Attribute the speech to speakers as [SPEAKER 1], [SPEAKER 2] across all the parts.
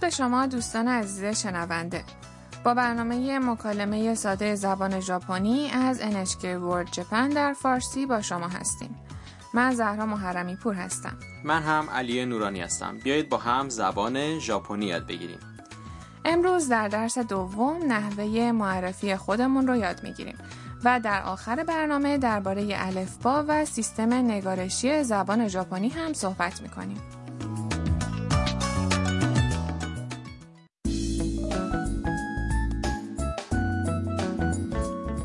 [SPEAKER 1] به شما دوستان عزیز شنونده با برنامه مکالمه ساده زبان ژاپنی از NHK World Japan در فارسی با شما هستیم من زهرا محرمی پور هستم
[SPEAKER 2] من هم علی نورانی هستم بیایید با هم زبان ژاپنی یاد بگیریم
[SPEAKER 1] امروز در درس دوم نحوه معرفی خودمون رو یاد میگیریم و در آخر برنامه درباره الفبا و سیستم نگارشی زبان ژاپنی هم صحبت میکنیم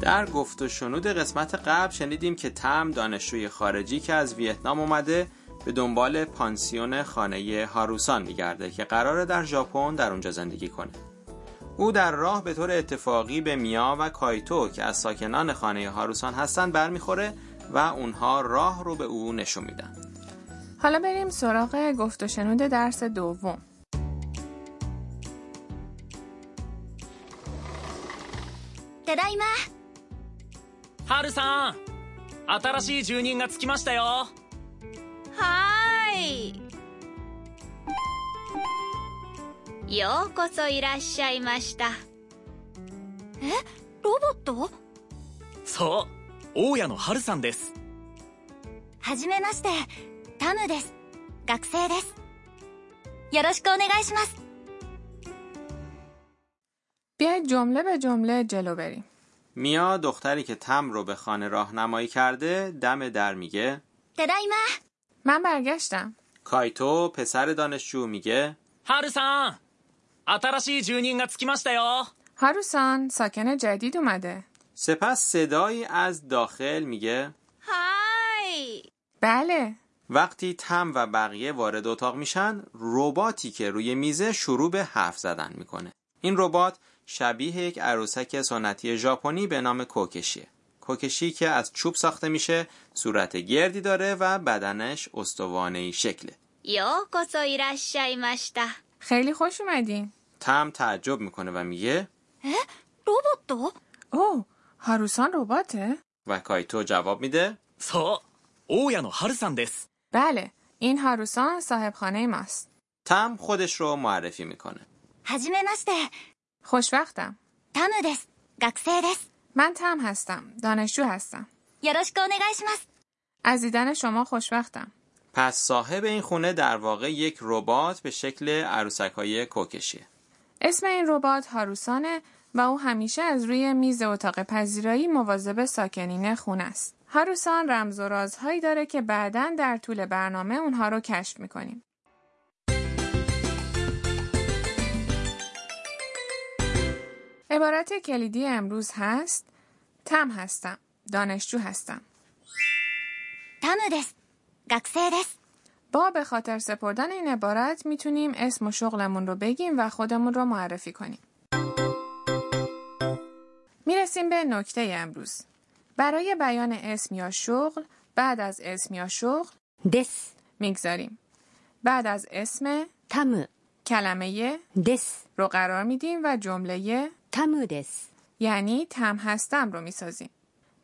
[SPEAKER 2] در گفت و شنود قسمت قبل شنیدیم که تم دانشجوی خارجی که از ویتنام اومده به دنبال پانسیون خانه هاروسان میگرده که قراره در ژاپن در اونجا زندگی کنه. او در راه به طور اتفاقی به میا و کایتو که از ساکنان خانه هاروسان هستند برمیخوره و اونها راه رو به او نشون میدن.
[SPEAKER 1] حالا بریم سراغ گفت و شنود درس دوم
[SPEAKER 3] ただいま
[SPEAKER 4] ハルさん新しい住人がつきましたよ
[SPEAKER 3] はーいようこそいらっしゃいましたえロボット
[SPEAKER 4] そう大家のハルさんです
[SPEAKER 3] はじめましてタムです学生ですよろしくお願いします
[SPEAKER 1] بیایید جمله به جمله جلو بریم
[SPEAKER 2] میا دختری که تم رو به خانه راهنمایی کرده دم در میگه
[SPEAKER 3] ただいま
[SPEAKER 1] من برگشتم
[SPEAKER 2] کایتو پسر دانشجو میگه
[SPEAKER 4] ハルさん新しい住人がつきましたよ
[SPEAKER 1] هاروسان ساکن جدید اومده
[SPEAKER 2] سپس صدایی از داخل میگه
[SPEAKER 3] はーい
[SPEAKER 1] بله
[SPEAKER 2] وقتی تم و بقیه وارد اتاق میشن رباتی که روی میزه شروع به حرف زدن میکنه این ربات شبیه یک عروسک سنتی ژاپنی به نام کوکشیه کوکشی که از چوب ساخته میشه صورت گردی داره و بدنش استوانه‌ای شکله
[SPEAKER 3] ようこそいらっしゃいました
[SPEAKER 1] خیلی خوش اومدین
[SPEAKER 2] تم تعجب میکنه و میگه
[SPEAKER 3] ロボット
[SPEAKER 1] اوه هاروسان رباته
[SPEAKER 2] و کایتو جواب میده
[SPEAKER 4] そう大家のハルさんです
[SPEAKER 1] بله این هاروسان صاحب خانه ماست
[SPEAKER 2] تم خودش رو معرفی میکنه
[SPEAKER 3] はじめまして
[SPEAKER 1] خوشوقتم
[SPEAKER 3] タムです学生です
[SPEAKER 1] من تم هستم دانشجو هستم
[SPEAKER 3] よろしくお願いします
[SPEAKER 1] از دیدن شما خوشوقتم
[SPEAKER 2] پس صاحب این خونه در واقع یک ربات به شکل عروسک های کوکشیه
[SPEAKER 1] اسم این ربات هاروسانه و او همیشه از روی میز اتاق پذیرایی مواظب ساکنین خونه است. هاروسان رمز و رازهایی داره که بعدا در طول برنامه اونها رو کشف میکنیم. عبارت کلیدی امروز هست تم هستم، دانشجو هستم.
[SPEAKER 3] タムです学生です
[SPEAKER 1] با به خاطر سپردن این عبارت میتونیم اسم و شغلمون رو بگیم و خودمون رو معرفی کنیم. میرسیم به نکته امروز. برای بیان اسم یا شغل بعد از اسم یا شغل
[SPEAKER 5] です。
[SPEAKER 1] میگذاریم. بعد از اسم
[SPEAKER 5] タム
[SPEAKER 1] کلمه
[SPEAKER 5] です。
[SPEAKER 1] رو قرار میدیم و جمله
[SPEAKER 5] タムです。
[SPEAKER 1] یعنی تم هستم رو میسازیم.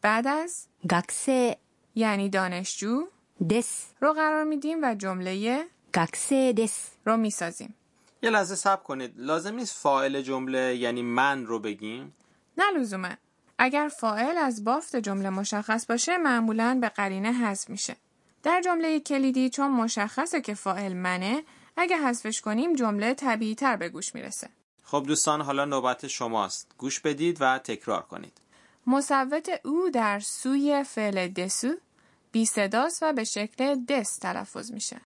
[SPEAKER 1] بعد از
[SPEAKER 5] 学生
[SPEAKER 1] یعنی دانشجو
[SPEAKER 5] です。
[SPEAKER 1] رو قرار میدیم و جمله
[SPEAKER 5] 学生です。
[SPEAKER 1] رو میسازیم.
[SPEAKER 2] یه لحظه صبر کنید لازم نیست فاعل جمله یعنی من رو بگیم
[SPEAKER 1] نه لزوما اگر فاعل از بافت جمله مشخص باشه معمولا به قرینه حذف میشه در جمله کلیدی چون مشخصه که فاعل منه اگه حذفش کنیم جمله طبیعی تر به گوش میرسه
[SPEAKER 2] خب دوستان حالا نوبت شماست گوش بدید و تکرار کنید
[SPEAKER 1] مصوت او در سوی فعل دسو بی صداست و به شکل دس تلفظ میشه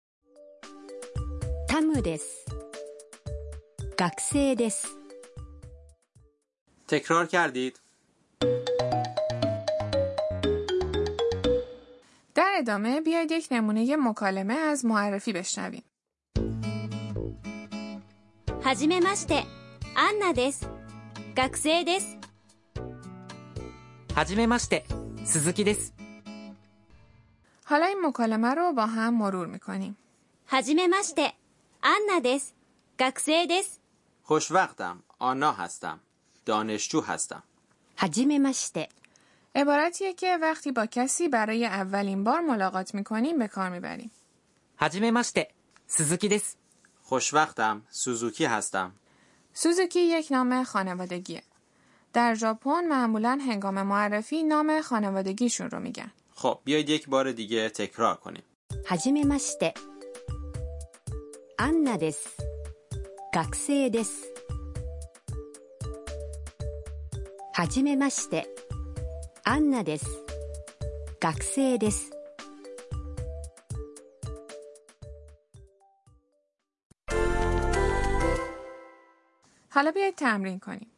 [SPEAKER 5] タムです。学生です。
[SPEAKER 2] تکرار کردید
[SPEAKER 1] در ادامه بیاید یک نمونه مکالمه از معرفی بشنویم
[SPEAKER 3] はじめましてアンナです学生です
[SPEAKER 6] はじめまして鈴木です
[SPEAKER 1] حالا این مکالمه رو با هم مرور میکنیم
[SPEAKER 3] はじめましてアンナです学生です
[SPEAKER 2] خوشوقتم آنا هستم دانشجو هستم
[SPEAKER 5] はじめまして。
[SPEAKER 1] عبارتیه که وقتی با کسی برای اولین بار ملاقات میکنیم به کار میبریم
[SPEAKER 6] はじめまして鈴木です
[SPEAKER 2] خوشوقتم سوزوکی هستم
[SPEAKER 1] سوزوکی یک نام خانوادگیه. در ژاپن معمولا هنگام معرفی نام خانوادگیشون رو میگن.
[SPEAKER 2] خب بیایید یک بار دیگه تکرار کنیم
[SPEAKER 5] はじめましてアンナです学生ですはじめましてアンナです学生です
[SPEAKER 1] حالا بیایید تمرین کنیم.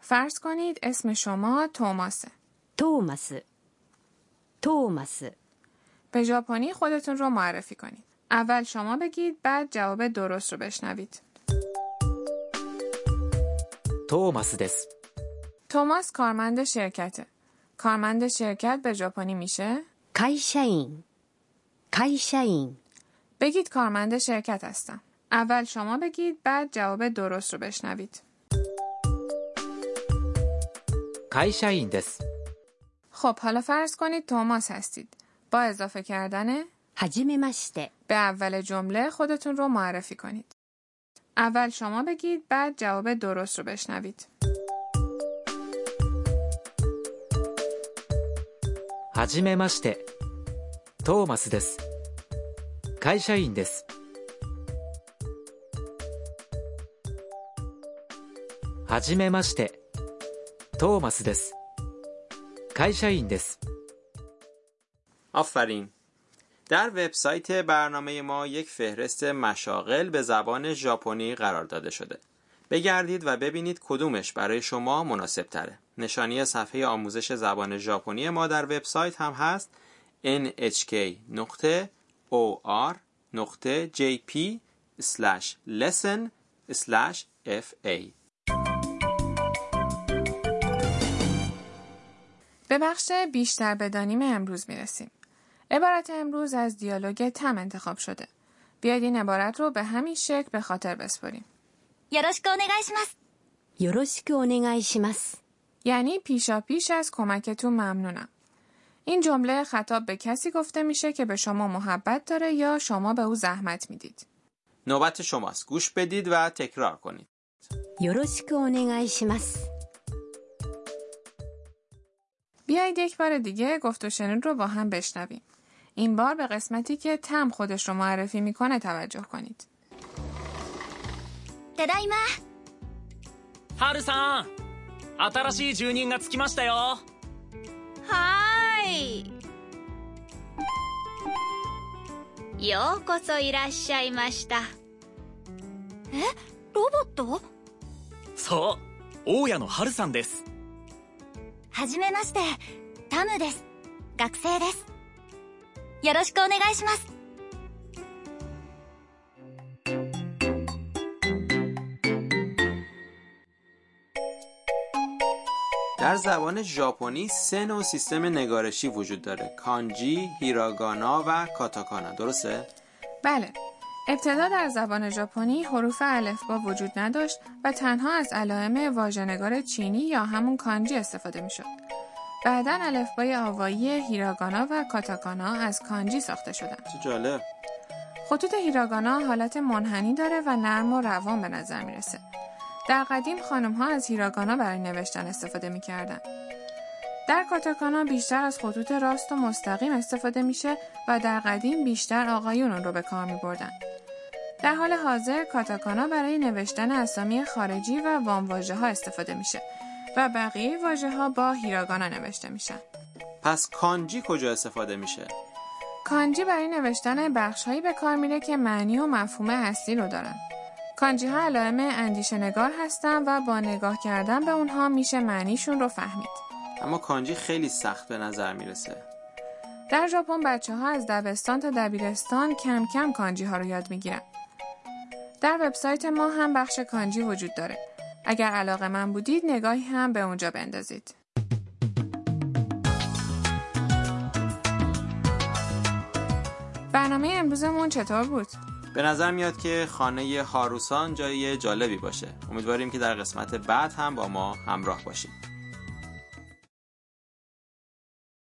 [SPEAKER 1] فرض کنید اسم شما توماسه.
[SPEAKER 5] トーマストーマス
[SPEAKER 1] به ژاپنی خودتون رو معرفی کنید. اول شما بگید بعد جواب درست رو بشنوید.
[SPEAKER 6] トーマスです。
[SPEAKER 1] توماس کارمند شرکته. کارمند شرکت به ژاپنی میشه؟
[SPEAKER 5] 会社員会社員
[SPEAKER 1] بگید کارمند شرکت هستم. اول شما بگید بعد جواب درست رو بشنوید.
[SPEAKER 6] 会社員です。
[SPEAKER 1] خب حالا فرض کنید توماس هستید. با اضافه کردن
[SPEAKER 5] はじめまして。
[SPEAKER 1] به اول جمله خودتون رو معرفی کنید. اول شما بگید بعد جواب درست رو بشنوید.
[SPEAKER 6] はじめまして。トーマスです。会社員です。はじめまして。トーマスです。会社員です。
[SPEAKER 2] آفرین در وبسایت برنامه ما یک فهرست مشاغل به زبان ژاپنی قرار داده شده بگردید و ببینید کدومش برای شما مناسب تره نشانی صفحه آموزش زبان ژاپنی ما در وبسایت هم هست nhk.or.jp/lesson/fa
[SPEAKER 1] به بخش بیشتر بدانیم امروز میرسیم. عبارت امروز از دیالوگ تم انتخاب شده. بیاید این عبارت رو به همین شکل به خاطر بسپریم.
[SPEAKER 3] よろしくお願いします。
[SPEAKER 5] よろしくお願いします。
[SPEAKER 1] یعنی پیشا پیش از کمکتون ممنونم. این جمله خطاب به کسی گفته میشه که به شما محبت داره یا شما به او زحمت میدید.
[SPEAKER 2] نوبت شماست گوش بدید و تکرار کنید
[SPEAKER 5] よろしくお願いします。
[SPEAKER 1] بیایید یک بار دیگه گفت و شنود رو با هم بشنویم. این بار به قسمتی که تم خودش رو معرفی میکنه توجه کنید.
[SPEAKER 3] ただいま。
[SPEAKER 4] 春さん新しい住人がつきましたよ
[SPEAKER 7] はーい。ようこそいらっしゃいました。
[SPEAKER 3] ロボット
[SPEAKER 4] そう大家の春さんです
[SPEAKER 3] はじめまして、タムです。学生です。よろしくお願いします。
[SPEAKER 2] در زبان ژاپنی سه نوع سیستم نگارشی وجود داره کانجی، هیراگانا و کاتاکانا درسته؟
[SPEAKER 1] بله. ابتدا در زبان ژاپنی حروف الف با وجود نداشت و تنها از علائم واژه‌نگار چینی یا همون کانجی استفاده میشد. بعدا الفبای آوایی هیراگانا و کاتاکانا از کانجی ساخته شدند.
[SPEAKER 2] چه جالب
[SPEAKER 1] خطوط هیراگانا حالت منحنی داره و نرم و روان به نظر میرسه. در قدیم خانم ها از هیراگانا برای نوشتن استفاده میکردن. در کاتاکانا بیشتر از خطوط راست و مستقیم استفاده میشه و در قدیم بیشتر آقایون اون رو به کار میبردن. در حال حاضر کاتاکانا برای نوشتن اسامی خارجی و وامواژه ها استفاده میشه و بقیه واژه ها با هیراگانا نوشته میشن.
[SPEAKER 2] پس کانجی کجا استفاده میشه؟
[SPEAKER 1] کانجی برای نوشتن بخشهایی به کار میره که معنی و مفهوم اصلی رو دارن. کانجی ها علائم اندیشه نگار هستن و با نگاه کردن به اونها میشه معنیشون رو فهمید.
[SPEAKER 2] اما کانجی خیلی سخت به نظر میرسه
[SPEAKER 1] در ژاپن بچه ها از دبستان تا دبیرستان کم کم کانجی ها رو یاد میگیرن. در وبسایت ما هم بخش کانجی وجود داره. اگر علاقه من بودید نگاهی هم به اونجا بندازید. برنامه امروزمون چطور بود؟
[SPEAKER 2] به نظر میاد که خانه هاروسان جای جالبی باشه امیدواریم که در قسمت بعد هم با ما همراه باشید